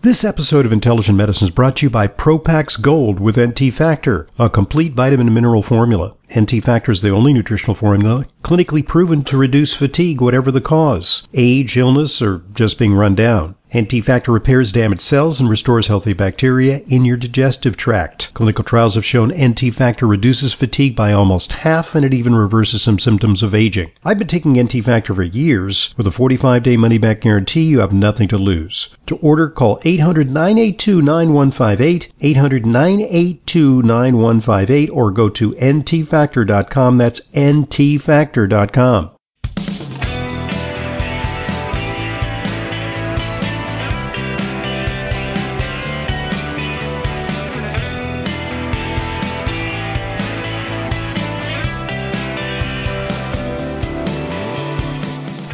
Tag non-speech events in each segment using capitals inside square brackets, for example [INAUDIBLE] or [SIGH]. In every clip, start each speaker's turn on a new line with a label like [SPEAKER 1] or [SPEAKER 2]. [SPEAKER 1] This episode of Intelligent Medicine is brought to you by Propax Gold with NT Factor, a complete vitamin and mineral formula. NT Factor is the only nutritional formula clinically proven to reduce fatigue, whatever the cause, age, illness, or just being run down. NT Factor repairs damaged cells and restores healthy bacteria in your digestive tract. Clinical trials have shown NT Factor reduces fatigue by almost half and it even reverses some symptoms of aging. I've been taking NT Factor for years. With a 45 day money back guarantee, you have nothing to lose. To order, call 800 982 9158, 800 982 9158, or go to ntfactor.com. That's ntfactor.com.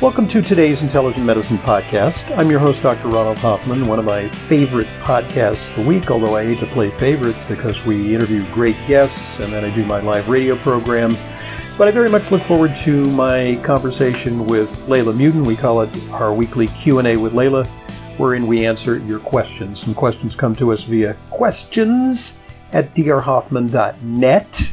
[SPEAKER 1] Welcome to today's Intelligent Medicine Podcast. I'm your host, Dr. Ronald Hoffman, one of my favorite podcasts of the week, although I hate to play favorites because we interview great guests and then I do my live radio program. But I very much look forward to my conversation with Layla Mutin. We call it our weekly Q&A with Layla, wherein we answer your questions. Some questions come to us via questions at drhoffman.net.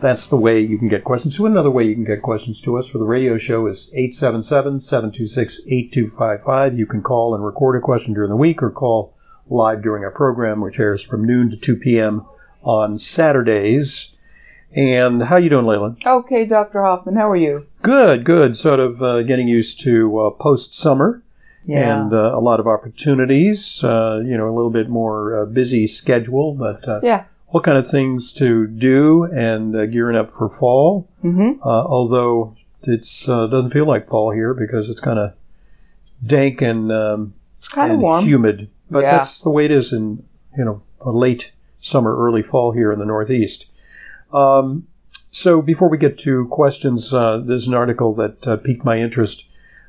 [SPEAKER 1] That's the way you can get questions to. Another way you can get questions to us for the radio show is 877-726-8255. You can call and record a question during the week or call live during our program, which airs from noon to 2 p.m. on Saturdays. And how you doing, Leyland?
[SPEAKER 2] Okay, Dr. Hoffman, how are you?
[SPEAKER 1] Good, good. Sort of uh, getting used to uh, post-summer and uh, a lot of opportunities. Uh, you know, a little bit more uh, busy schedule, but uh,
[SPEAKER 2] yeah.
[SPEAKER 1] what kind of things to do and uh, gearing up for fall.
[SPEAKER 2] Mm-hmm.
[SPEAKER 1] uh, although it's uh, doesn't feel like fall here because it's kind of dank and um,
[SPEAKER 2] It's kind of
[SPEAKER 1] and
[SPEAKER 2] warm.
[SPEAKER 1] humid. But
[SPEAKER 2] Yeah.
[SPEAKER 1] that's the way it is in you know a late summer, early fall here in the Northeast. Um, so before we get to questions, uh, there's an article that uh, piqued my interest.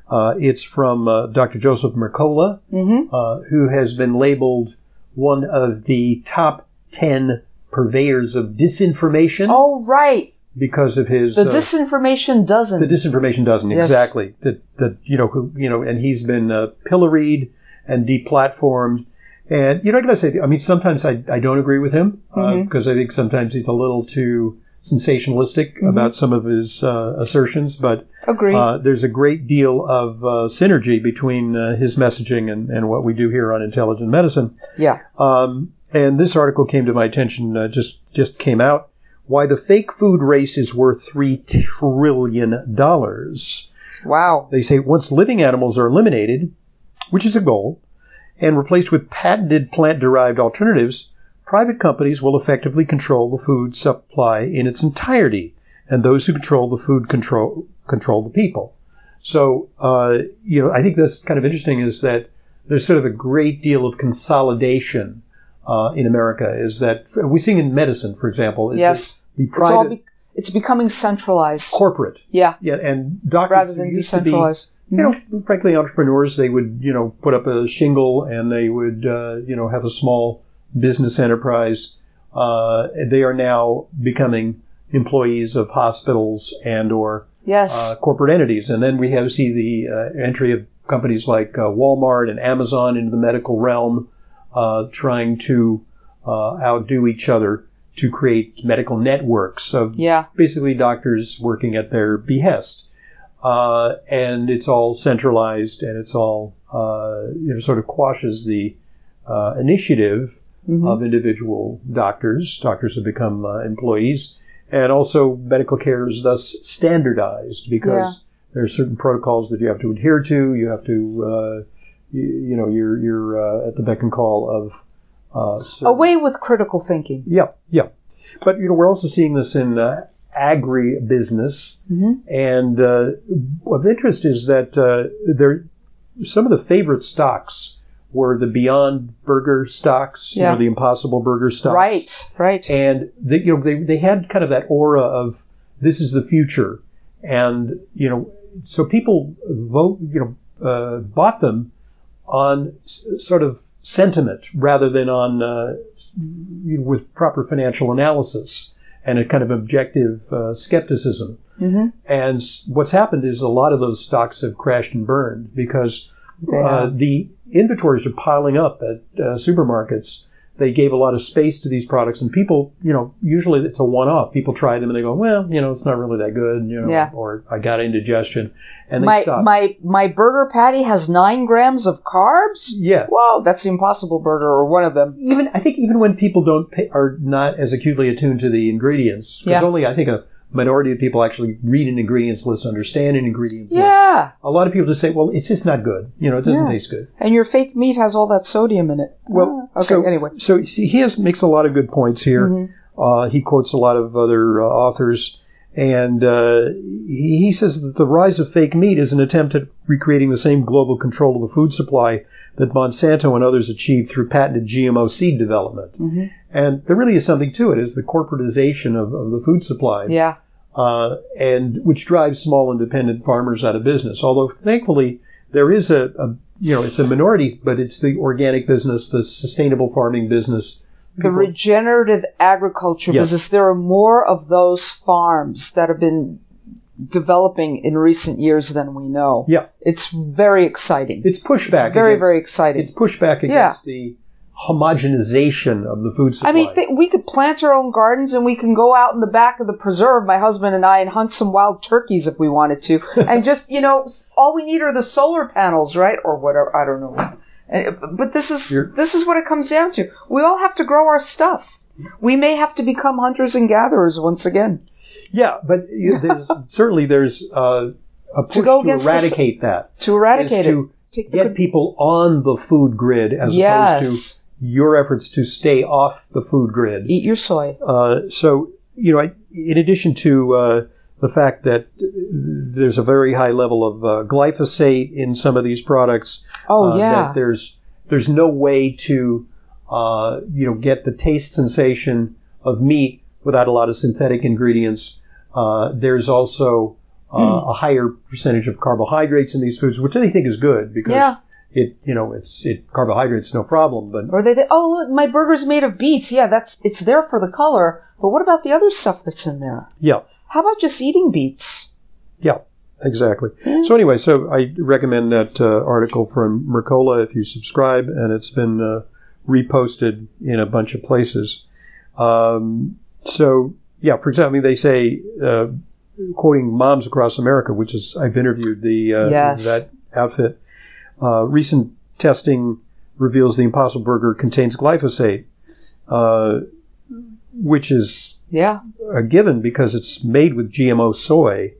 [SPEAKER 1] Uh, it's from uh, Dr. Joseph Mercola,
[SPEAKER 2] Mm-hmm.
[SPEAKER 1] uh, who has been labeled one of the top ten purveyors of disinformation
[SPEAKER 2] Oh, right.
[SPEAKER 1] because of his
[SPEAKER 2] The
[SPEAKER 1] uh,
[SPEAKER 2] disinformation doesn't.
[SPEAKER 1] the disinformation doesn't
[SPEAKER 2] Yes.
[SPEAKER 1] exactly that that you know who you know and he's been uh, pilloried and deplatformed and you know what I say I mean sometimes I, I don't agree with him
[SPEAKER 2] Mhm.
[SPEAKER 1] because I think sometimes he's a little too sensationalistic
[SPEAKER 2] Mm-hmm.
[SPEAKER 1] about some of his uh, assertions but
[SPEAKER 2] Agree.
[SPEAKER 1] uh, there's a great deal of uh, synergy between uh, his messaging and, and what we do here on intelligent medicine
[SPEAKER 2] yeah.
[SPEAKER 1] um, and this article came to my attention uh, just just came out. Why the fake food race is worth three trillion dollars.
[SPEAKER 2] Wow.
[SPEAKER 1] They say once living animals are eliminated, which is a goal, and replaced with patented plant-derived alternatives, private companies will effectively control the food supply in its entirety, and those who control the food control control the people. So, uh, you know, I think that's kind of interesting is that there's sort of a great deal of consolidation uh, in America. Is that we're seeing in medicine, for example, is
[SPEAKER 2] Yes.
[SPEAKER 1] that the
[SPEAKER 2] It's all
[SPEAKER 1] private
[SPEAKER 2] be- it's becoming centralized.
[SPEAKER 1] corporate,
[SPEAKER 2] yeah.
[SPEAKER 1] yeah, and doctors
[SPEAKER 2] Rather
[SPEAKER 1] who
[SPEAKER 2] than
[SPEAKER 1] used to be-
[SPEAKER 2] decentralized.
[SPEAKER 1] you know, frankly, entrepreneurs, they would, you know, put up a shingle and they would, uh, you know, have a small business enterprise. Uh, they are now becoming employees of hospitals and or
[SPEAKER 2] yes.
[SPEAKER 1] uh, corporate entities. And then we have see the uh, entry of companies like uh, Walmart and Amazon into the medical realm, uh, trying to uh, outdo each other to create medical networks of
[SPEAKER 2] yeah.
[SPEAKER 1] basically doctors working at their behest. Uh, and it's all centralized and it's all, uh, you know, sort of quashes the uh, initiative
[SPEAKER 2] Mhm.
[SPEAKER 1] of individual doctors. Doctors have become uh, employees. And also, medical care is thus standardized because there are certain protocols that you have to adhere to. You have to, uh, you, you know, you're, you're uh, at the beck and call of. Uh, certain-
[SPEAKER 2] Away with critical thinking.
[SPEAKER 1] yeah, yeah. But you know, we're also seeing this in uh, agribusiness,
[SPEAKER 2] Mhm.
[SPEAKER 1] and uh, of interest is that uh, there some of the favorite stocks were the Beyond Burger stocks, you
[SPEAKER 2] Yeah.
[SPEAKER 1] know, the Impossible Burger stocks,
[SPEAKER 2] Right. Right.
[SPEAKER 1] and they, you know, they they had kind of that aura of this is the future, and you know, so people vote, you know, uh, bought them on s- sort of sentiment rather than on uh, s- you know, with proper financial analysis and a kind of objective uh, skepticism.
[SPEAKER 2] Mhm.
[SPEAKER 1] And s- what's happened is a lot of those stocks have crashed and burned because
[SPEAKER 2] They
[SPEAKER 1] uh,
[SPEAKER 2] have.
[SPEAKER 1] the inventories are piling up at uh, supermarkets. They gave a lot of space to these products, and people, you know, usually it's a one-off. People try them and they go, "Well, you know, it's not really that good," you know,
[SPEAKER 2] Yeah.
[SPEAKER 1] or "I got indigestion," and they
[SPEAKER 2] my
[SPEAKER 1] stop.
[SPEAKER 2] my my burger patty has nine grams of carbs.
[SPEAKER 1] yeah,
[SPEAKER 2] Whoa, that's the Impossible Burger or one of them.
[SPEAKER 1] even I think even when people don't pay, are not as acutely attuned to the ingredients, because
[SPEAKER 2] Yeah.
[SPEAKER 1] only I think a minority of people actually read an ingredients list, understand an ingredients list.
[SPEAKER 2] Yeah,
[SPEAKER 1] A lot of people just say, "Well, it's just not good. You know, it doesn't
[SPEAKER 2] Yeah.
[SPEAKER 1] taste good."
[SPEAKER 2] and your fake meat has all that sodium in it.
[SPEAKER 1] Well,
[SPEAKER 2] Ah, okay.
[SPEAKER 1] so-
[SPEAKER 2] anyway,
[SPEAKER 1] So you see, he has, makes a lot of good points here. Uh, he quotes a lot of other uh, authors, and uh, he he says that the rise of fake meat is an attempt at recreating the same global control of the food supply that Monsanto and others achieved through patented GMO seed development. And there really is something to it: is the corporatization of, of the food supply
[SPEAKER 2] yeah,
[SPEAKER 1] uh, and which drives small independent farmers out of business. Although thankfully there is a, a you know it's a minority, but it's the organic business, the sustainable farming business.
[SPEAKER 2] the regenerative agriculture
[SPEAKER 1] Yes.
[SPEAKER 2] business. There are more of those farms that have been developing in recent years than we know.
[SPEAKER 1] Yeah,
[SPEAKER 2] It's very exciting.
[SPEAKER 1] it's pushback.
[SPEAKER 2] It's very
[SPEAKER 1] against,
[SPEAKER 2] very exciting.
[SPEAKER 1] It's pushback against the homogenization of the food supply.
[SPEAKER 2] I mean, th- we could plant our own gardens and we can go out in the back of the preserve, my husband and I, and hunt some wild turkeys if we
[SPEAKER 1] [LAUGHS]
[SPEAKER 2] wanted to. and just, you know, s- all we need are the solar panels, right? Or whatever. I don't know. And- But this is,
[SPEAKER 1] You're-
[SPEAKER 2] this is what it comes down to. We all have to grow our stuff. We may have to become hunters and gatherers once again.
[SPEAKER 1] yeah, but you-
[SPEAKER 2] [LAUGHS]
[SPEAKER 1] there's, certainly there's uh, a push to,
[SPEAKER 2] go against the s-
[SPEAKER 1] eradicate that.
[SPEAKER 2] To eradicate
[SPEAKER 1] is to
[SPEAKER 2] it. Take the
[SPEAKER 1] get
[SPEAKER 2] con-
[SPEAKER 1] people on the food grid as opposed
[SPEAKER 2] Yes.
[SPEAKER 1] to your efforts to stay off the food grid.
[SPEAKER 2] Eat your soy.
[SPEAKER 1] Uh, so, you know, I, in addition to uh, the fact that uh, there's a very high level of uh, glyphosate in some of these products,
[SPEAKER 2] Oh,
[SPEAKER 1] uh,
[SPEAKER 2] yeah.
[SPEAKER 1] that there's there's no way to uh, you know get the taste sensation of meat without a lot of synthetic ingredients. Uh, there's also uh,
[SPEAKER 2] Hmm.
[SPEAKER 1] a higher percentage of carbohydrates in these foods, which they think is good because
[SPEAKER 2] Yeah.
[SPEAKER 1] it you know it's it carbohydrates no problem, but
[SPEAKER 2] Or they, think, oh, look, my burger's made of beets. Yeah, that's, it's there for the color. But what about the other stuff that's in there?
[SPEAKER 1] yeah.
[SPEAKER 2] How about just eating beets?
[SPEAKER 1] Yeah, exactly. So anyway, so I recommend that uh, article from Mercola if you subscribe, and it's been uh, reposted in a bunch of places. Um, so yeah, for example, I mean, they say uh, quoting Moms Across America, which is I've interviewed the uh,
[SPEAKER 2] Yes.
[SPEAKER 1] that outfit. Uh, recent testing reveals the Impossible Burger contains glyphosate, uh, which is
[SPEAKER 2] Yeah.
[SPEAKER 1] a given because it's made with GMO soy,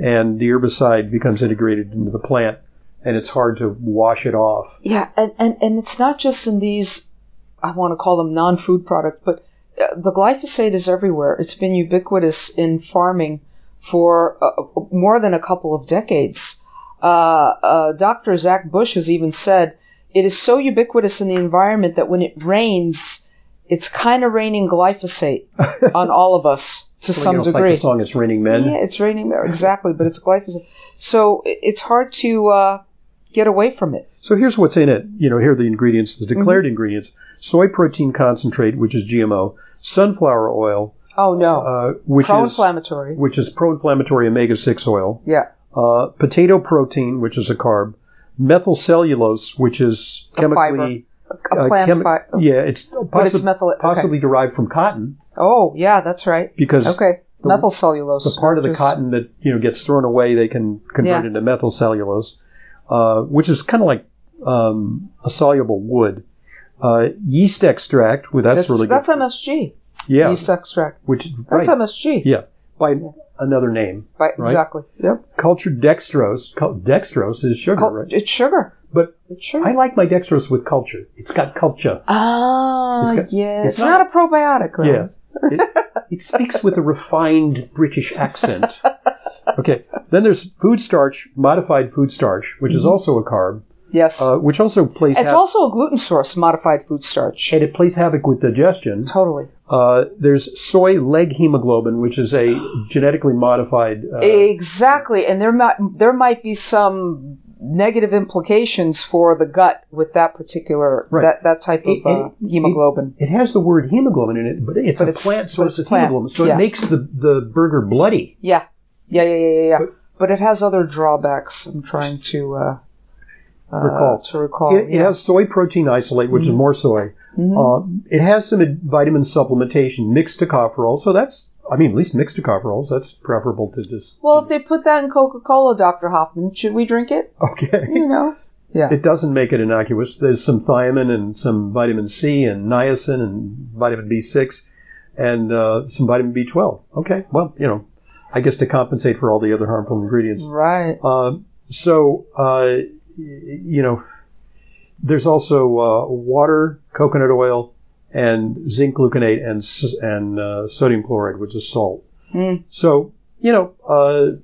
[SPEAKER 1] and the herbicide becomes integrated into the plant, and it's hard to wash it off.
[SPEAKER 2] Yeah. And, and, and it's not just in these, I want to call them non food products, but uh, the glyphosate is everywhere. It's been ubiquitous in farming for uh, uh, more than a couple of decades. Uh, uh, Dr. Zach Bush has even said it is so ubiquitous in the environment that when it rains, it's kind of raining glyphosate [LAUGHS] on all of us to
[SPEAKER 1] You
[SPEAKER 2] some
[SPEAKER 1] know, it's
[SPEAKER 2] degree.
[SPEAKER 1] like the song "It's Raining Men."
[SPEAKER 2] Yeah, it's raining there exactly, but it's glyphosate. So i- it's hard to uh, get away from it.
[SPEAKER 1] So here's what's in it. You know, here are the ingredients, the declared
[SPEAKER 2] Mm-hmm.
[SPEAKER 1] ingredients: soy protein concentrate, which is GMO, sunflower oil,
[SPEAKER 2] Oh no,
[SPEAKER 1] uh, which is
[SPEAKER 2] pro-inflammatory.
[SPEAKER 1] which is pro-inflammatory omega-6 oil,
[SPEAKER 2] yeah,
[SPEAKER 1] uh, potato protein, which is a carb, methyl cellulose, which is
[SPEAKER 2] fiber.
[SPEAKER 1] chemically
[SPEAKER 2] a
[SPEAKER 1] uh,
[SPEAKER 2] plant
[SPEAKER 1] chemi-
[SPEAKER 2] fi-
[SPEAKER 1] yeah, it's,
[SPEAKER 2] it's
[SPEAKER 1] possi-
[SPEAKER 2] methyl- okay.
[SPEAKER 1] possibly derived from cotton.
[SPEAKER 2] Oh yeah, that's right.
[SPEAKER 1] because
[SPEAKER 2] Okay,
[SPEAKER 1] the-
[SPEAKER 2] methyl cellulose.
[SPEAKER 1] the part of the
[SPEAKER 2] Just-
[SPEAKER 1] cotton that you know gets thrown away they can convert
[SPEAKER 2] Yeah.
[SPEAKER 1] into methyl cellulose, uh, which is kind of like um, a soluble wood. Uh, yeast extract, well, that's,
[SPEAKER 2] That's,
[SPEAKER 1] really
[SPEAKER 2] that's
[SPEAKER 1] good.
[SPEAKER 2] MSG.
[SPEAKER 1] yeah,
[SPEAKER 2] Yeast extract.
[SPEAKER 1] which right,
[SPEAKER 2] That's MSG.
[SPEAKER 1] yeah, by another name.
[SPEAKER 2] Right, Exactly. Yep.
[SPEAKER 1] Cultured dextrose. Cul- dextrose is sugar,
[SPEAKER 2] Cul-
[SPEAKER 1] right?
[SPEAKER 2] It's sugar.
[SPEAKER 1] But
[SPEAKER 2] It's sugar.
[SPEAKER 1] I like my dextrose with culture. It's got culture.
[SPEAKER 2] ah,
[SPEAKER 1] It's got-
[SPEAKER 2] yeah.
[SPEAKER 1] it's
[SPEAKER 2] It's, not, a probiotic. Right?
[SPEAKER 1] Yeah. It, it speaks with a refined British
[SPEAKER 2] [LAUGHS]
[SPEAKER 1] accent. Okay. Then there's food starch, modified food starch, which is also a carb,
[SPEAKER 2] Yes.
[SPEAKER 1] uh, which also plays
[SPEAKER 2] Mm-hmm. it's
[SPEAKER 1] havoc,
[SPEAKER 2] also a gluten source, modified food starch.
[SPEAKER 1] and it plays havoc with digestion.
[SPEAKER 2] totally.
[SPEAKER 1] Uh, there's soy leg hemoglobin, which is a genetically modified. Uh,
[SPEAKER 2] Exactly, and there might there might be some negative implications for the gut with that particular
[SPEAKER 1] Right.
[SPEAKER 2] that that type of
[SPEAKER 1] It-
[SPEAKER 2] uh,
[SPEAKER 1] it-
[SPEAKER 2] hemoglobin.
[SPEAKER 1] it has the word hemoglobin in it, but it's
[SPEAKER 2] But
[SPEAKER 1] a
[SPEAKER 2] it's-
[SPEAKER 1] plant
[SPEAKER 2] but
[SPEAKER 1] source
[SPEAKER 2] it's
[SPEAKER 1] of
[SPEAKER 2] plant,
[SPEAKER 1] hemoglobin, so
[SPEAKER 2] yeah.
[SPEAKER 1] it makes the, the burger bloody.
[SPEAKER 2] yeah, yeah, yeah, yeah, yeah. yeah. But it has other drawbacks. I'm trying to uh, uh,
[SPEAKER 1] Recall.
[SPEAKER 2] to recall.
[SPEAKER 1] It, it
[SPEAKER 2] yeah. Mm-hmm.
[SPEAKER 1] has soy protein isolate, which is more soy. Uh, it has some ad- vitamin supplementation mixed to copperol, so that's I mean at least mixed to copperols. That's preferable to just [LAUGHS]
[SPEAKER 2] well, if they put that in Coca Cola, Dr. Hoffman, should we drink it?
[SPEAKER 1] okay.
[SPEAKER 2] You know? Yeah.
[SPEAKER 1] It doesn't make it innocuous. There's some thiamine and some vitamin C and niacin and vitamin B6 and uh, some vitamin B12. Okay, well, you know, I guess to compensate for all the other harmful ingredients.
[SPEAKER 2] Right.
[SPEAKER 1] Um, so, uh, y- you know, there's also uh, water, coconut oil, and zinc gluconate and s- and uh, sodium chloride, which is salt.
[SPEAKER 2] Mm.
[SPEAKER 1] So, you know, uh,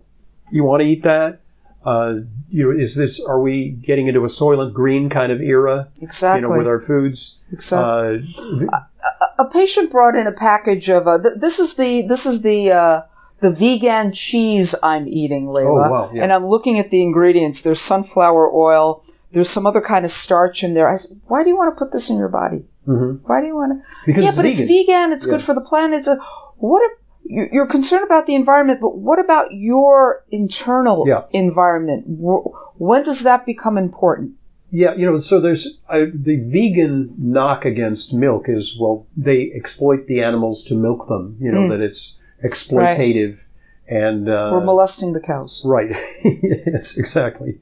[SPEAKER 1] you want to eat that. Uh, you know, is this? Are we getting into a soylent green kind of era?
[SPEAKER 2] Exactly.
[SPEAKER 1] You know, with our foods.
[SPEAKER 2] exactly.
[SPEAKER 1] Uh,
[SPEAKER 2] a patient brought in a package of uh, th- this is the this is the uh, the vegan cheese I'm eating, Layla.
[SPEAKER 1] Oh, wow, yeah.
[SPEAKER 2] And I'm looking at the ingredients. There's sunflower oil. There's some other kind of starch in there. I said, why do you want to put this in your body?
[SPEAKER 1] mhm.
[SPEAKER 2] Why do you want to?
[SPEAKER 1] Because
[SPEAKER 2] yeah,
[SPEAKER 1] it's
[SPEAKER 2] but it's
[SPEAKER 1] vegan.
[SPEAKER 2] vegan. It's good
[SPEAKER 1] Yeah.
[SPEAKER 2] for the planet. It's a, what a, you- you're concerned about the environment, but what about your internal
[SPEAKER 1] Yeah.
[SPEAKER 2] environment? Wh- When does that become important?
[SPEAKER 1] Yeah, you know, so there's uh, the vegan knock against milk is well, they exploit the animals to milk them. You know that it's exploitative, and uh,
[SPEAKER 2] We're molesting the cows. [LAUGHS]
[SPEAKER 1] right. yes, exactly.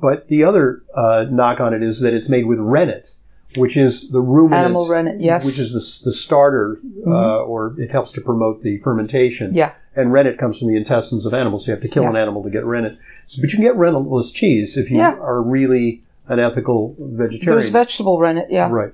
[SPEAKER 1] But the other uh, knock on it is that it's made with rennet, which is the ruminant
[SPEAKER 2] Animal rennet, yes. Mm-hmm.
[SPEAKER 1] which is the, s- the starter, uh, or it helps to promote the fermentation.
[SPEAKER 2] Yeah.
[SPEAKER 1] And rennet comes from the intestines of animals, so you have to kill
[SPEAKER 2] Yeah.
[SPEAKER 1] an animal to get rennet. So, but you can get rennetless cheese if you
[SPEAKER 2] Yeah.
[SPEAKER 1] are really an ethical vegetarian.
[SPEAKER 2] There's vegetable rennet, yeah.
[SPEAKER 1] Right.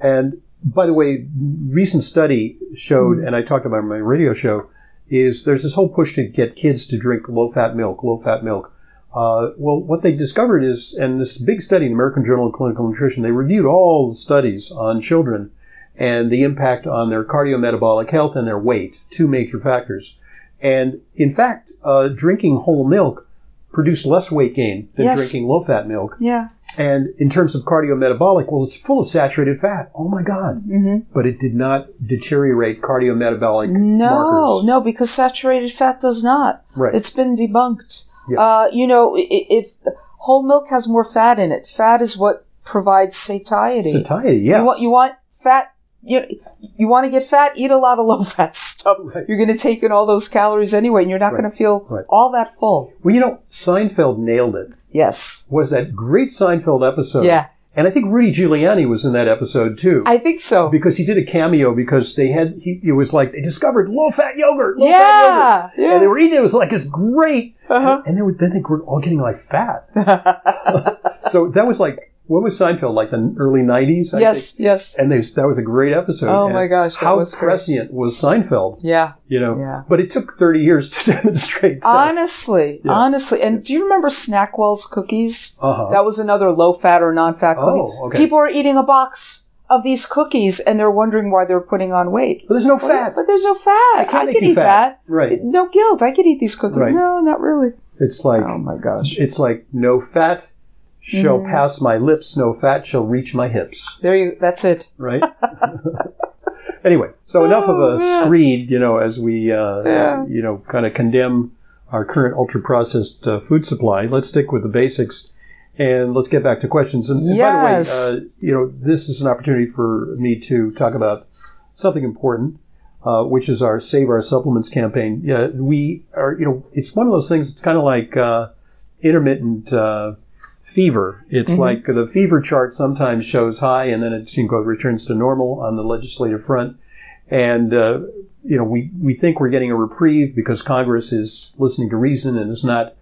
[SPEAKER 1] And by the way, recent study showed,
[SPEAKER 2] Mm-hmm.
[SPEAKER 1] and I talked about it on my radio show, is there's this whole push to get kids to drink low fat milk, low fat milk. Uh, well, what they discovered is, and this big study in the American Journal of Clinical Nutrition, they reviewed all the studies on children and the impact on their cardiometabolic health and their weight, two major factors. And in fact, uh, drinking whole milk produced less weight gain than
[SPEAKER 2] Yes.
[SPEAKER 1] drinking low fat milk.
[SPEAKER 2] Yeah.
[SPEAKER 1] And in terms of cardiometabolic, well, it's full of saturated fat. Oh my God.
[SPEAKER 2] hmm
[SPEAKER 1] But it did not deteriorate cardiometabolic
[SPEAKER 2] No,
[SPEAKER 1] markers.
[SPEAKER 2] no, because saturated fat does not.
[SPEAKER 1] Right.
[SPEAKER 2] It's been debunked.
[SPEAKER 1] Yeah.
[SPEAKER 2] Uh, you know, i- i- if whole milk has more fat in it, fat is what provides satiety.
[SPEAKER 1] Satiety, yes.
[SPEAKER 2] You want you want fat. You you want to get fat? Eat a lot of [LAUGHS] low fat stuff.
[SPEAKER 1] Right.
[SPEAKER 2] You're going to take in all those calories anyway, and you're not
[SPEAKER 1] Right.
[SPEAKER 2] going to feel
[SPEAKER 1] Right.
[SPEAKER 2] all that full.
[SPEAKER 1] [LAUGHS] well, you know, Seinfeld nailed it.
[SPEAKER 2] Yes.
[SPEAKER 1] Was that great Seinfeld episode?
[SPEAKER 2] Yeah.
[SPEAKER 1] And I think Rudy Giuliani was in that episode too.
[SPEAKER 2] I think so.
[SPEAKER 1] because he did a cameo because they had, he, it was like, they discovered low fat yogurt. Low Fat
[SPEAKER 2] yeah.
[SPEAKER 1] yogurt. And they
[SPEAKER 2] Yeah.
[SPEAKER 1] were eating it. It was like, it's great.
[SPEAKER 2] Uh-huh.
[SPEAKER 1] And they were, then they were all getting like
[SPEAKER 2] [LAUGHS]
[SPEAKER 1] fat. so that was like, what was Seinfeld? Like the early 90s? I think?
[SPEAKER 2] Yes. Yes.
[SPEAKER 1] and they, that was a great episode.
[SPEAKER 2] Oh
[SPEAKER 1] And
[SPEAKER 2] my gosh, that
[SPEAKER 1] how
[SPEAKER 2] was great.
[SPEAKER 1] prescient was Seinfeld?
[SPEAKER 2] Yeah.
[SPEAKER 1] You know,
[SPEAKER 2] Yeah.
[SPEAKER 1] but it took thirty years to [LAUGHS] demonstrate that.
[SPEAKER 2] Honestly,
[SPEAKER 1] Yeah.
[SPEAKER 2] honestly. And do you remember Snackwell's cookies?
[SPEAKER 1] Uh-huh.
[SPEAKER 2] That was another low fat or non fat cookie.
[SPEAKER 1] Oh, okay.
[SPEAKER 2] People are eating a box of these cookies and they're wondering why they're putting on weight.
[SPEAKER 1] but there's no
[SPEAKER 2] Well,
[SPEAKER 1] fat.
[SPEAKER 2] But there's no fat.
[SPEAKER 1] I can't
[SPEAKER 2] I,
[SPEAKER 1] make
[SPEAKER 2] could
[SPEAKER 1] you
[SPEAKER 2] eat
[SPEAKER 1] fat.
[SPEAKER 2] that.
[SPEAKER 1] Right.
[SPEAKER 2] No guilt. I could eat these cookies.
[SPEAKER 1] Right.
[SPEAKER 2] No, not really.
[SPEAKER 1] It's like
[SPEAKER 2] Oh Mm-hmm. my gosh.
[SPEAKER 1] it's like no fat shall pass my lips, no fat shall reach my hips.
[SPEAKER 2] There you that's it.
[SPEAKER 1] Right. [LAUGHS] anyway, so enough of
[SPEAKER 2] Oh,
[SPEAKER 1] a
[SPEAKER 2] man.
[SPEAKER 1] screed. You know, as we uh,
[SPEAKER 2] Yeah.
[SPEAKER 1] you know kind of condemn our current ultra processed uh, food supply. Let's stick with the basics. And let's get back to questions. And, and
[SPEAKER 2] Yes.
[SPEAKER 1] by the way, uh, you know, this is an opportunity for me to talk about something important, uh, which is our Save Our Supplements campaign. Yeah, we are, you know, it's one of those things. It's kind of like uh, intermittent uh, fever. It's like the fever chart sometimes shows high, and then it you know, returns to normal on the legislative front. And uh, you know, we we think we're getting a reprieve because Congress is listening to reason and is not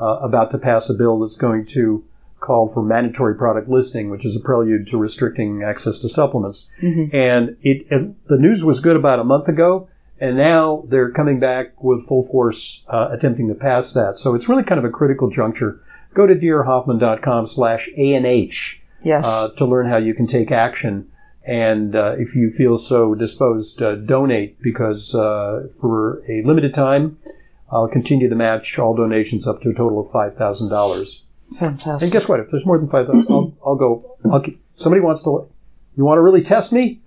[SPEAKER 1] uh, about to pass a bill that's going to call for mandatory product listing, which is a prelude to restricting access to supplements. And it, it the news was good about a month ago, and now they're coming back with full force uh, attempting to pass that. So it's really kind of a critical juncture. Go to dearhoffman.com slash ANH
[SPEAKER 2] Yes.
[SPEAKER 1] uh, to learn how you can take action. And uh, if you feel so disposed, uh, donate because uh, for a limited time, I'll continue to match all donations up to a total of five thousand dollars. And
[SPEAKER 2] Fantastic.
[SPEAKER 1] guess what? If there's more than five thousand,
[SPEAKER 2] [CLEARS THROAT]
[SPEAKER 1] I'll, I'll go. I'll keep, somebody wants to. You want to really test
[SPEAKER 2] [LAUGHS]
[SPEAKER 1] me?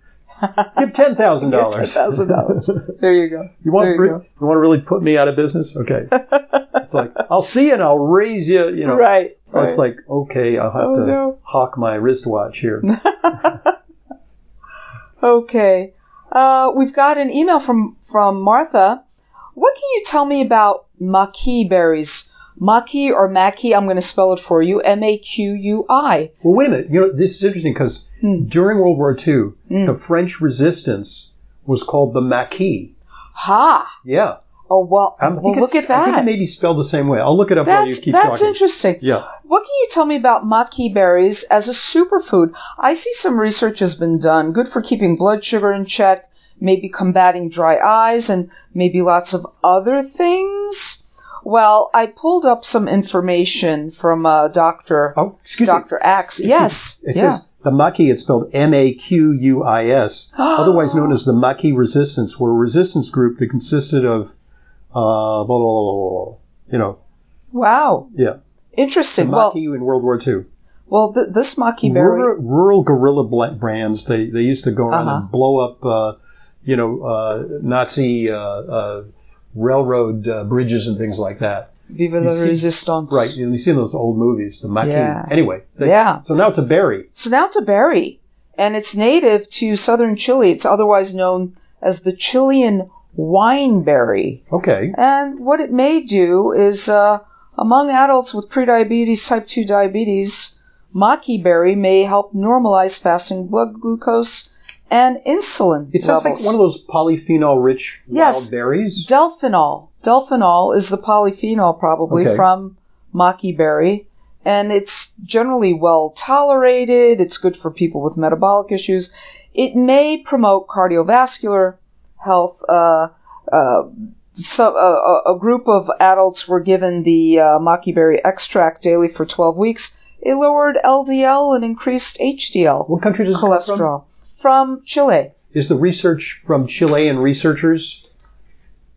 [SPEAKER 1] Give ten thousand dollars.
[SPEAKER 2] $10,000. There you go.
[SPEAKER 1] [LAUGHS] You want
[SPEAKER 2] There you
[SPEAKER 1] re-
[SPEAKER 2] go. [LAUGHS]
[SPEAKER 1] you want to really put me out of business? Okay. It's like, I'll see you and I'll raise you, you know.
[SPEAKER 2] right.
[SPEAKER 1] I was
[SPEAKER 2] right.
[SPEAKER 1] like, okay, I'll have
[SPEAKER 2] Oh,
[SPEAKER 1] to
[SPEAKER 2] no.
[SPEAKER 1] hawk my wristwatch
[SPEAKER 2] [LAUGHS]
[SPEAKER 1] here.
[SPEAKER 2] Okay. Uh, we've got an email from, from Martha. What can you tell me about maqui berries? Maqui or maqui, I'm going to spell it for you, M-A-Q-U-I.
[SPEAKER 1] Well, wait a minute. You know, this is interesting because
[SPEAKER 2] Hmm.
[SPEAKER 1] during World War II, the French resistance was called the Maquis.
[SPEAKER 2] Ha!
[SPEAKER 1] Yeah. Um,
[SPEAKER 2] Oh, well,
[SPEAKER 1] I'm, I
[SPEAKER 2] well
[SPEAKER 1] think
[SPEAKER 2] look
[SPEAKER 1] it's-
[SPEAKER 2] at
[SPEAKER 1] I think it
[SPEAKER 2] that.
[SPEAKER 1] may be spelled the same way. I'll look it up while you
[SPEAKER 2] That's,
[SPEAKER 1] keep
[SPEAKER 2] that's
[SPEAKER 1] talking.
[SPEAKER 2] interesting.
[SPEAKER 1] Yeah.
[SPEAKER 2] What can you tell me about maqui berries as a superfood? I see some research has been done. Good for keeping blood sugar in check, maybe combating dry eyes, and maybe lots of other things. Well, I pulled up some information from uh, Doctor
[SPEAKER 1] Oh, excuse me.
[SPEAKER 2] Doctor Axe. Yes,
[SPEAKER 1] It
[SPEAKER 2] yeah.
[SPEAKER 1] says the Maquis, it's spelled M A Q U I
[SPEAKER 2] [GASPS]
[SPEAKER 1] S, otherwise known as the Maquis Resistance, were a resistance group that consisted of, uh, blah, blah, blah, blah, blah. You know,
[SPEAKER 2] wow,
[SPEAKER 1] yeah. The
[SPEAKER 2] interesting. Well,
[SPEAKER 1] Maquis in World War II.
[SPEAKER 2] well, th- this maqui berry.
[SPEAKER 1] Rural, rural guerrilla bla- brands, they, they used to go around
[SPEAKER 2] Uh-huh.
[SPEAKER 1] and blow up, uh, you know, uh, Nazi uh, uh, railroad uh, bridges and things like that.
[SPEAKER 2] Viva la
[SPEAKER 1] you see-
[SPEAKER 2] resistance.
[SPEAKER 1] Right. You, you see in those old movies, the Maquis.
[SPEAKER 2] Yeah.
[SPEAKER 1] Anyway. they-
[SPEAKER 2] Yeah.
[SPEAKER 1] So now it's a berry.
[SPEAKER 2] So now it's a berry, and it's native to southern Chile. It's otherwise known as the Chilean wineberry.
[SPEAKER 1] Okay.
[SPEAKER 2] And what it may do is, uh, among adults with prediabetes, type 2 diabetes, maki berry may help normalize fasting blood glucose and insulin
[SPEAKER 1] It sounds
[SPEAKER 2] levels.
[SPEAKER 1] like one of those polyphenol rich
[SPEAKER 2] Yes.
[SPEAKER 1] wild berries.
[SPEAKER 2] Delphinol. Delphinol is the polyphenol probably
[SPEAKER 1] Okay.
[SPEAKER 2] from maki berry. And it's generally well tolerated. It's good for people with metabolic issues. It may promote cardiovascular health. Uh, uh, so, uh, a group of adults were given the uh, maki berry extract daily for 12 weeks. It lowered LDL and increased HDL
[SPEAKER 1] What country does it come from?
[SPEAKER 2] cholesterol from Chile.
[SPEAKER 1] Is the research from Chilean researchers?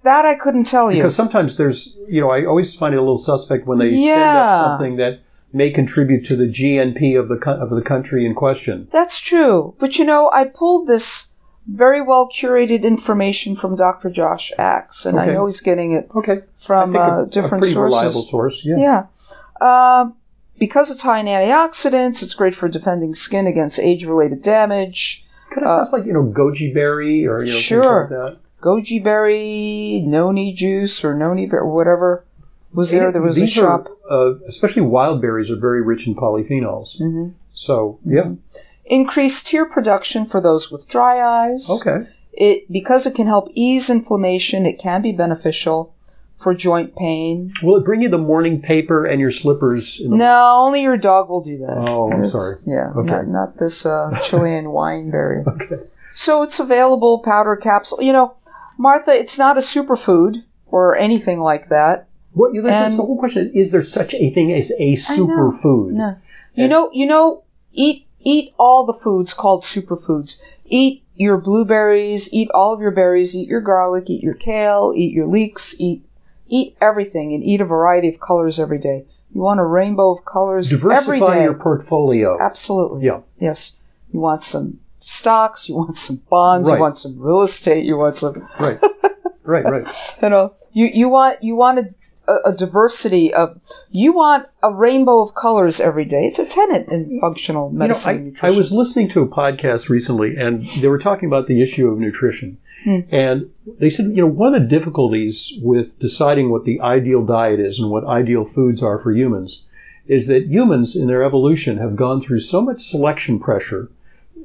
[SPEAKER 2] That I couldn't tell you.
[SPEAKER 1] Because sometimes there's, you know, I always find it a little suspect when they send
[SPEAKER 2] Yeah.
[SPEAKER 1] up something that may contribute to the GNP of the co- of the country in question.
[SPEAKER 2] That's true. But you know, I pulled this very well curated information from Dr. Josh Axe, and I
[SPEAKER 1] Okay.
[SPEAKER 2] know he's getting it
[SPEAKER 1] Okay,
[SPEAKER 2] from
[SPEAKER 1] I think
[SPEAKER 2] uh, different
[SPEAKER 1] a pretty
[SPEAKER 2] sources.
[SPEAKER 1] reliable source. Yeah.
[SPEAKER 2] Yeah. Uh, because it's high in antioxidants, it's great for defending skin against age related damage.
[SPEAKER 1] kind of sounds like you know goji berry or you know things
[SPEAKER 2] Uh, Sure.
[SPEAKER 1] like that.
[SPEAKER 2] Goji berry, noni juice, or noni berry, whatever was there.
[SPEAKER 1] And
[SPEAKER 2] There was a
[SPEAKER 1] these are,
[SPEAKER 2] shop.
[SPEAKER 1] uh, especially wild berries are very rich in polyphenols.
[SPEAKER 2] hmm
[SPEAKER 1] So yeah,
[SPEAKER 2] Mm-hmm. Increased tear production for those with dry eyes.
[SPEAKER 1] okay.
[SPEAKER 2] It because it can help ease inflammation, it can be beneficial for joint pain.
[SPEAKER 1] Will it bring you the morning paper and your slippers? In the
[SPEAKER 2] No, only your dog will do that.
[SPEAKER 1] Oh, I'm
[SPEAKER 2] It's-
[SPEAKER 1] sorry.
[SPEAKER 2] Yeah,
[SPEAKER 1] Okay.
[SPEAKER 2] not, not this uh, Chilean wineberry.
[SPEAKER 1] Okay.
[SPEAKER 2] So it's available powder capsule. You know, Martha, it's not a superfood or anything like that.
[SPEAKER 1] What, you know, that's
[SPEAKER 2] And-
[SPEAKER 1] the whole question. Is there such a thing as a
[SPEAKER 2] Um, I know.
[SPEAKER 1] superfood?
[SPEAKER 2] No, you know, you know, eat eat all the foods called superfoods. Eat your blueberries. Eat all of your berries. Eat your garlic. Eat your kale. Eat your leeks. Eat eat everything and eat a variety of colors every day. You want a rainbow of colors every
[SPEAKER 1] Diversify
[SPEAKER 2] day.
[SPEAKER 1] your portfolio.
[SPEAKER 2] Absolutely.
[SPEAKER 1] Yeah.
[SPEAKER 2] Yes. You want some stocks. You want some bonds.
[SPEAKER 1] Right.
[SPEAKER 2] You want some real estate. You want some [LAUGHS]
[SPEAKER 1] Right. right, right.
[SPEAKER 2] you know you, you want you want a, a diversity of you want a rainbow of colors every day it's a tenet in functional
[SPEAKER 1] You know,
[SPEAKER 2] medicine and
[SPEAKER 1] I, I
[SPEAKER 2] nutrition
[SPEAKER 1] was listening to a podcast recently, and they were talking about the issue of nutrition.
[SPEAKER 2] Hmm.
[SPEAKER 1] And they said, you know, one of the difficulties with deciding what the ideal diet is and what ideal foods are for humans is that humans in their evolution have gone through so much selection pressure,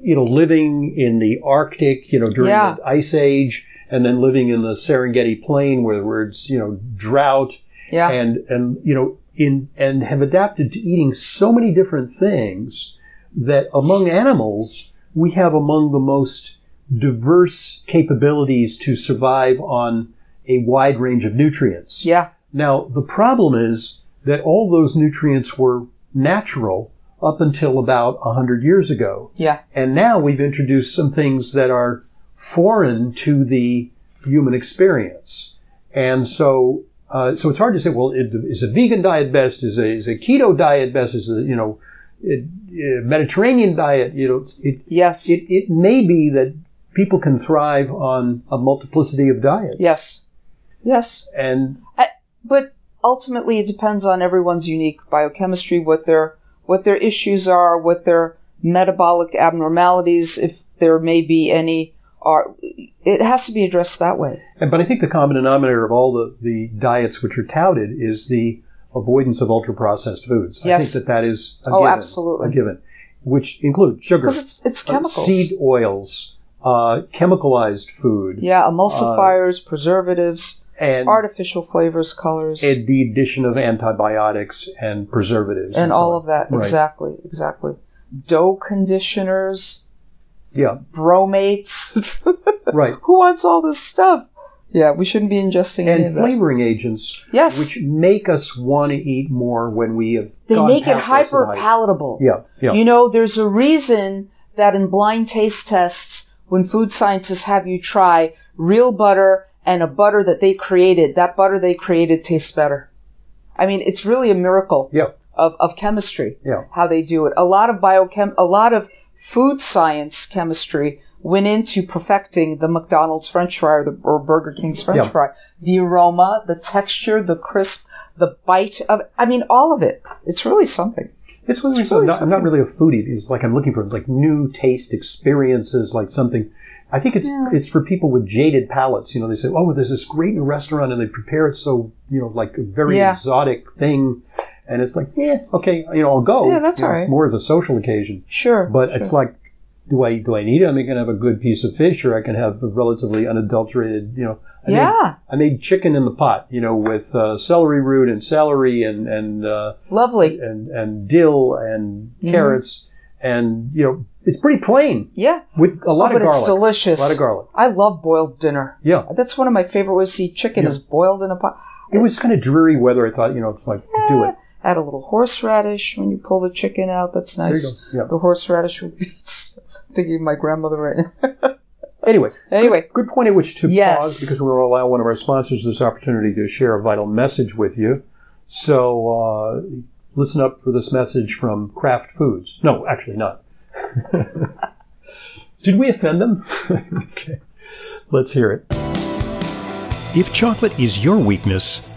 [SPEAKER 1] you know, living in the Arctic, you know, during
[SPEAKER 2] Yeah.
[SPEAKER 1] the Ice Age, and then living in the Serengeti Plain where, where it's, you know, drought
[SPEAKER 2] yeah
[SPEAKER 1] and and you know in and have adapted to eating so many different things that among animals we have among the most diverse capabilities to survive on a wide range of nutrients.
[SPEAKER 2] yeah
[SPEAKER 1] Now the problem is that all those nutrients were natural up until about 100 years ago.
[SPEAKER 2] yeah
[SPEAKER 1] And now we've introduced some things that are foreign to the human experience. And so, uh, so it's hard to say, well, it, is a vegan diet best? Is a, is a keto diet best? Is a, you know, it, uh, Mediterranean diet? You know, it,
[SPEAKER 2] yes
[SPEAKER 1] it, it may be that people can thrive on a multiplicity of diets.
[SPEAKER 2] yes yes
[SPEAKER 1] And
[SPEAKER 2] but ultimately, it depends on everyone's unique biochemistry, what their what their issues are, what their metabolic abnormalities, if there may be any, are. It has to be addressed that way.
[SPEAKER 1] And, but I think the common denominator of all the, the diets which are touted is the avoidance of ultra processed foods. I
[SPEAKER 2] Yes.
[SPEAKER 1] think that that is a
[SPEAKER 2] Oh,
[SPEAKER 1] given.
[SPEAKER 2] absolutely.
[SPEAKER 1] A given, which include sugar,
[SPEAKER 2] Because it's, it's
[SPEAKER 1] uh,
[SPEAKER 2] chemicals.
[SPEAKER 1] seed oils, uh, chemicalized food,
[SPEAKER 2] yeah, emulsifiers,
[SPEAKER 1] uh,
[SPEAKER 2] preservatives,
[SPEAKER 1] and,
[SPEAKER 2] artificial flavors, colors, and,
[SPEAKER 1] and the addition of antibiotics and preservatives. so
[SPEAKER 2] all
[SPEAKER 1] on.
[SPEAKER 2] of that.
[SPEAKER 1] Right.
[SPEAKER 2] Exactly, exactly. Dough conditioners,
[SPEAKER 1] Yeah,
[SPEAKER 2] bromates. [LAUGHS]
[SPEAKER 1] right.
[SPEAKER 2] Who wants all this stuff? Yeah, we shouldn't be ingesting any
[SPEAKER 1] And
[SPEAKER 2] of that.
[SPEAKER 1] flavoring agents,
[SPEAKER 2] Yes.
[SPEAKER 1] which make us want to eat more when we have
[SPEAKER 2] They
[SPEAKER 1] gone
[SPEAKER 2] make it
[SPEAKER 1] past those
[SPEAKER 2] hyper
[SPEAKER 1] lines.
[SPEAKER 2] palatable.
[SPEAKER 1] Yeah, yeah.
[SPEAKER 2] You know, there's a reason that in blind taste tests, when food scientists have you try real butter and a butter that they created, that butter they created tastes better. I mean, it's really a miracle
[SPEAKER 1] yeah,
[SPEAKER 2] of, of chemistry,
[SPEAKER 1] Yeah.
[SPEAKER 2] how they do it. A lot of biochem, a lot of food science chemistry went into perfecting the McDonald's French fry or, the, or Burger King's French
[SPEAKER 1] Yeah.
[SPEAKER 2] fry. The aroma, the texture, the crisp, the bite of, I mean, all of it. It's really something.
[SPEAKER 1] It's one of the reasons
[SPEAKER 2] It's
[SPEAKER 1] I'm
[SPEAKER 2] really
[SPEAKER 1] not, I'm not really a foodie. It's like I'm looking for like new taste experiences, like something. I think it's it's for people with jaded palates. You know, they say, "Oh, there's this great new restaurant, and they prepare it so you know, like a very
[SPEAKER 2] Yeah.
[SPEAKER 1] exotic thing." And it's like, yeah, okay, you know, I'll go.
[SPEAKER 2] Yeah, that's
[SPEAKER 1] You know,
[SPEAKER 2] all
[SPEAKER 1] It's
[SPEAKER 2] right.
[SPEAKER 1] more of a social occasion,
[SPEAKER 2] Sure.
[SPEAKER 1] but
[SPEAKER 2] sure.
[SPEAKER 1] it's like, do I do I need it? I'm going to have a good piece of fish, or I can have a relatively unadulterated, you know. I made-
[SPEAKER 2] Yeah.
[SPEAKER 1] I made chicken in the pot, you know, with uh, celery root and celery and and. Uh,
[SPEAKER 2] Lovely.
[SPEAKER 1] and, and dill and
[SPEAKER 2] Mm-hmm.
[SPEAKER 1] carrots and you know it's pretty plain
[SPEAKER 2] Yeah.
[SPEAKER 1] with a lot
[SPEAKER 2] Oh, but
[SPEAKER 1] of garlic.
[SPEAKER 2] it's delicious.
[SPEAKER 1] A lot of garlic.
[SPEAKER 2] I love boiled dinner.
[SPEAKER 1] Yeah,
[SPEAKER 2] That's one of my favorite ways to eat chicken
[SPEAKER 1] Yeah.
[SPEAKER 2] is boiled in a pot.
[SPEAKER 1] it was kind of dreary weather. I thought you know it's like do it.
[SPEAKER 2] Add a little horseradish when you pull the chicken out. That's
[SPEAKER 1] There
[SPEAKER 2] nice.
[SPEAKER 1] you go. Yeah.
[SPEAKER 2] The horseradish would be [LAUGHS] thinking of my grandmother right now.
[SPEAKER 1] Anyway,
[SPEAKER 2] Anyway,
[SPEAKER 1] good point at which to
[SPEAKER 2] Yes.
[SPEAKER 1] pause because we will allow one of our sponsors this opportunity to share a vital message with you. So uh, listen up for this message from Kraft Foods. No, actually not. [LAUGHS] Did we offend them? [LAUGHS] okay, let's hear it.
[SPEAKER 3] If chocolate is your weakness,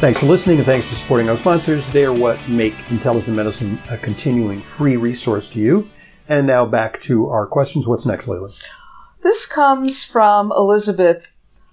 [SPEAKER 1] Thanks for listening and thanks for supporting our sponsors. They're what make intelligent medicine a continuing free resource to you. And now back to our questions. What's next, Leila?
[SPEAKER 2] this comes from Elizabeth.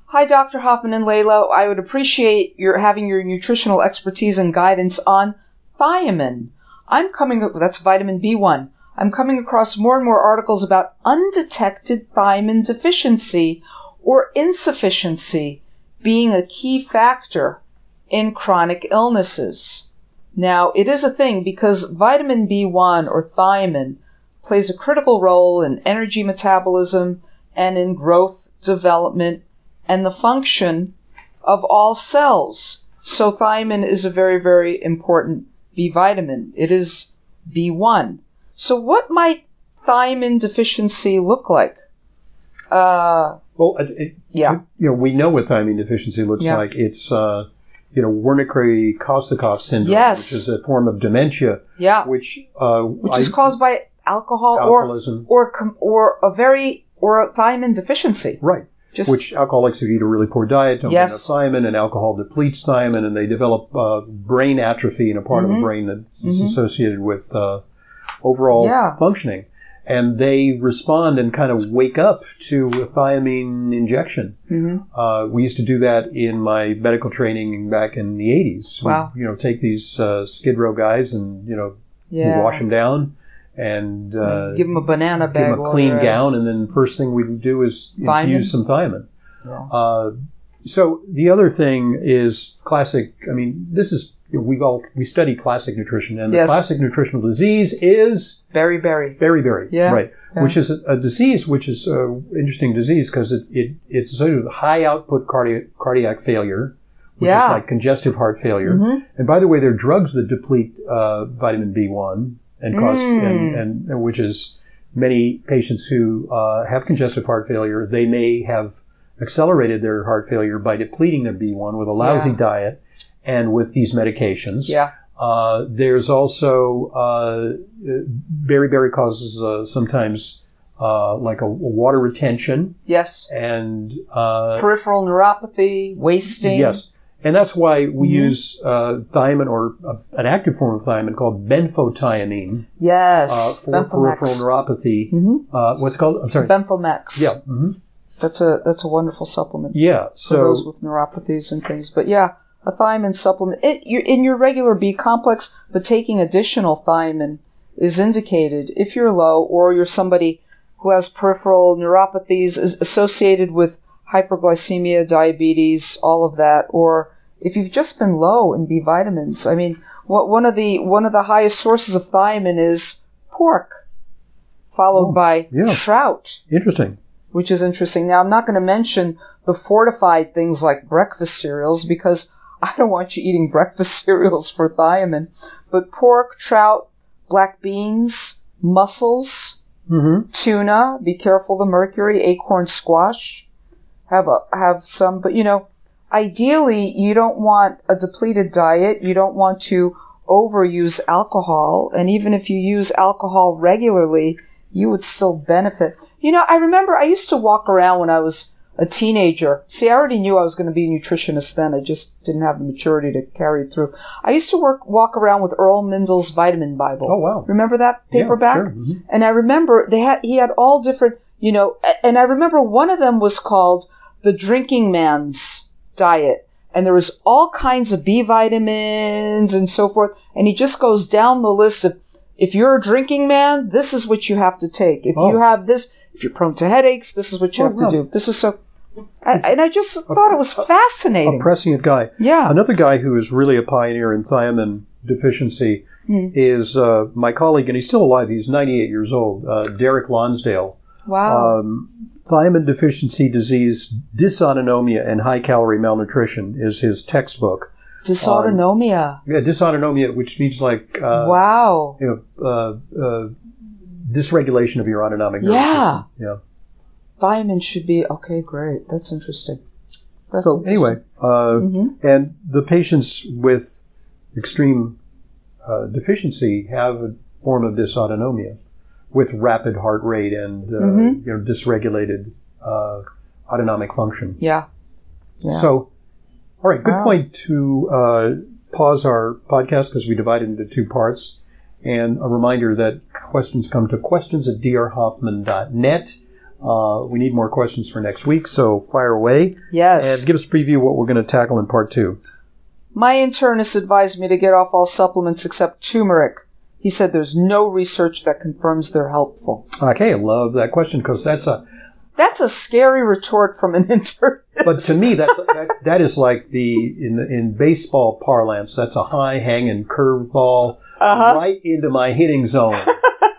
[SPEAKER 2] Hi, Dr. Hoffman and Layla. I would appreciate your having your nutritional expertise and guidance on thiamine. I'm coming, that's vitamin B1. I'm coming across more and more articles about undetected thiamine deficiency or insufficiency being a key factor in chronic illnesses. Now, it is a thing because vitamin B1 or thiamine plays a critical role in energy metabolism and in growth, development, and the function of all cells. So thiamine is a very, very important B vitamin. It is B1. So what might thiamine deficiency look like? Uh,
[SPEAKER 1] Well, it, it-
[SPEAKER 2] yeah.
[SPEAKER 1] you know, we know what thiamine deficiency looks
[SPEAKER 2] Yeah.
[SPEAKER 1] like. It's, uh, you know, Wernicke-Korsakoff syndrome,
[SPEAKER 2] Yes.
[SPEAKER 1] which is a form of dementia,
[SPEAKER 2] Yeah.
[SPEAKER 1] which, uh,
[SPEAKER 2] Which is
[SPEAKER 1] I-
[SPEAKER 2] caused by alcohol or,
[SPEAKER 1] alcoholism.
[SPEAKER 2] or, com- or a very, or a thiamine deficiency.
[SPEAKER 1] right.
[SPEAKER 2] Just,
[SPEAKER 1] which alcoholics who eat a really poor diet don't
[SPEAKER 2] Yes.
[SPEAKER 1] get enough thiamine, and alcohol depletes thiamine, and they develop uh, brain
[SPEAKER 2] Mm-hmm.
[SPEAKER 1] atrophy in a part of the brain that is associated with uh, overall
[SPEAKER 2] Yeah.
[SPEAKER 1] functioning. and they respond and kind of wake up to a thiamine injection.
[SPEAKER 2] mm-hmm.
[SPEAKER 1] Uh, we used to do that in my medical training back in the 80s. We'd,
[SPEAKER 2] Wow.
[SPEAKER 1] you know, take these uh, skid row guys and, you know,
[SPEAKER 2] Yeah.
[SPEAKER 1] wash them down and uh,
[SPEAKER 2] give them a banana
[SPEAKER 1] give
[SPEAKER 2] bag.
[SPEAKER 1] them a clean
[SPEAKER 2] order.
[SPEAKER 1] gown, and then first thing we do is
[SPEAKER 2] Thiamine?
[SPEAKER 1] infuse some thiamine.
[SPEAKER 2] Yeah.
[SPEAKER 1] Uh, so the other thing is classic. I mean, this is we all we study classic nutrition, and
[SPEAKER 2] Yes.
[SPEAKER 1] the classic nutritional disease is
[SPEAKER 2] Berry, berry.
[SPEAKER 1] beriberi,
[SPEAKER 2] Yeah,
[SPEAKER 1] right?
[SPEAKER 2] yeah.
[SPEAKER 1] Which is a, a disease, which is an interesting disease because it, it it's associated with high output cardi- cardiac failure, which
[SPEAKER 2] Yeah.
[SPEAKER 1] is like congestive heart failure.
[SPEAKER 2] Mhm.
[SPEAKER 1] And by the way, there are drugs that deplete uh, vitamin B1 and cause,
[SPEAKER 2] Mm.
[SPEAKER 1] and, and, and which is many patients who uh, have congestive heart failure, they may have accelerated their heart failure by depleting their B1 with a lousy
[SPEAKER 2] Yeah.
[SPEAKER 1] diet and with these medications.
[SPEAKER 2] Yeah.
[SPEAKER 1] Uh, there's also uh, beriberi causes uh, sometimes uh, like a, a water retention
[SPEAKER 2] Yes.
[SPEAKER 1] and uh,
[SPEAKER 2] Peripheral neuropathy, wasting.
[SPEAKER 1] Yes. And that's why we
[SPEAKER 2] Mhm.
[SPEAKER 1] use uh, thiamine or uh, an active form of thiamine called benfotiamine uh,
[SPEAKER 2] Yes.
[SPEAKER 1] for peripheral
[SPEAKER 2] Bemphomex.
[SPEAKER 1] neuropathy.
[SPEAKER 2] Mhm.
[SPEAKER 1] Uh, what's it called? I'm sorry.
[SPEAKER 2] Bemphomex.
[SPEAKER 1] yeah. hmm
[SPEAKER 2] That's a that's a wonderful supplement
[SPEAKER 1] Yeah.
[SPEAKER 2] for
[SPEAKER 1] So
[SPEAKER 2] those with neuropathies and things. But yeah, a thiamine supplement it, you in your regular B complex, but taking additional thiamine is indicated if you're low or you're somebody who has peripheral neuropathies is associated with hyperglycemia, diabetes, all of that, or if you've just been low in B vitamins. I mean, what, one of the one of the highest sources of thiamine is pork, followed
[SPEAKER 1] Oh,
[SPEAKER 2] by
[SPEAKER 1] yeah.
[SPEAKER 2] trout
[SPEAKER 1] interesting.
[SPEAKER 2] which is interesting. Now, I'm not going to mention the fortified things like breakfast cereals because I don't want you eating breakfast [LAUGHS] cereals for thiamine. But pork, trout, black beans, mussels,
[SPEAKER 1] Mm-hmm.
[SPEAKER 2] tuna, be careful the mercury, acorn squash, have a, have some, but you know, ideally you don't want a depleted diet. You don't want to overuse alcohol. And even if you use alcohol regularly, you would still benefit. You know, I remember I used to walk around when I was a teenager. See, I already knew I was going to be a nutritionist then. I just didn't have the maturity to carry it through. I used to work, walk around with Earl Mindel's vitamin Bible.
[SPEAKER 1] Oh, wow.
[SPEAKER 2] Remember that
[SPEAKER 1] Yeah,
[SPEAKER 2] paperback?
[SPEAKER 1] sure. Mhm.
[SPEAKER 2] And I remember they had he had all different, you know, a- and I remember one of them was called the drinking man's diet. And there was all kinds of B vitamins and so forth. And he just goes down the list of if you're a drinking man, this is what you have to take. If you
[SPEAKER 1] Oh.
[SPEAKER 2] have this, if you're prone to headaches, this is what you
[SPEAKER 1] Oh,
[SPEAKER 2] have
[SPEAKER 1] wow.
[SPEAKER 2] to do. This is so. I, and I just thought it was fascinating.
[SPEAKER 1] A prescient guy.
[SPEAKER 2] yeah.
[SPEAKER 1] Ah, Another guy who is really a pioneer in thiamine deficiency is uh, my colleague, and he's still alive. He's 98 years old, uh, Derek Lonsdale.
[SPEAKER 2] Wow.
[SPEAKER 1] Um, thiamine deficiency disease, dysautonomia, and high calorie malnutrition is his textbook.
[SPEAKER 2] Dysautonomia.
[SPEAKER 1] Yeah, dysautonomia, which means like uh,
[SPEAKER 2] wow.
[SPEAKER 1] you know, uh, uh, dysregulation of your autonomic nervous
[SPEAKER 2] Yeah.
[SPEAKER 1] system. Yeah.
[SPEAKER 2] Thiamine should be okay. Great. That's interesting. That's
[SPEAKER 1] So
[SPEAKER 2] interesting. Mm-hmm.
[SPEAKER 1] anyway, uh, and the patients with extreme uh, deficiency have a form of dysautonomia with rapid heart rate and uh,
[SPEAKER 2] Mhm.
[SPEAKER 1] you know dysregulated uh, autonomic function.
[SPEAKER 2] yeah, yeah.
[SPEAKER 1] So, all right, good
[SPEAKER 2] Wow.
[SPEAKER 1] point to uh, pause our podcast because we divided into two parts. And a reminder that questions come to questions at drhoffman.net. Uh, we need more questions for next week, so fire away
[SPEAKER 2] yes.
[SPEAKER 1] and give us a preview of what we're going to tackle in part two.
[SPEAKER 2] My internist advised me to get off all supplements except turmeric. He said there's no research that confirms they're helpful.
[SPEAKER 1] Okay, I love that question because that's a.
[SPEAKER 2] That's a scary retort from an [LAUGHS] intern.
[SPEAKER 1] But to me, that's that, that is like the in in baseball parlance. That's a high hanging curveball
[SPEAKER 2] Uh-huh.
[SPEAKER 1] right into my hitting zone,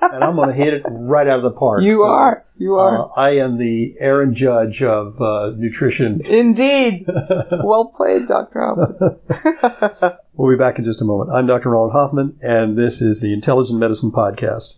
[SPEAKER 1] and I'm going to hit it right out of the park.
[SPEAKER 2] You [LAUGHS]
[SPEAKER 1] So-
[SPEAKER 2] are. You are.
[SPEAKER 1] Uh, I am the Aaron Judge of uh, nutrition.
[SPEAKER 2] Indeed. [LAUGHS] well played, Dr. Albert.
[SPEAKER 1] We'll be back in just a moment. I'm Dr. Ronald Hoffman, and this is the Intelligent Medicine Podcast.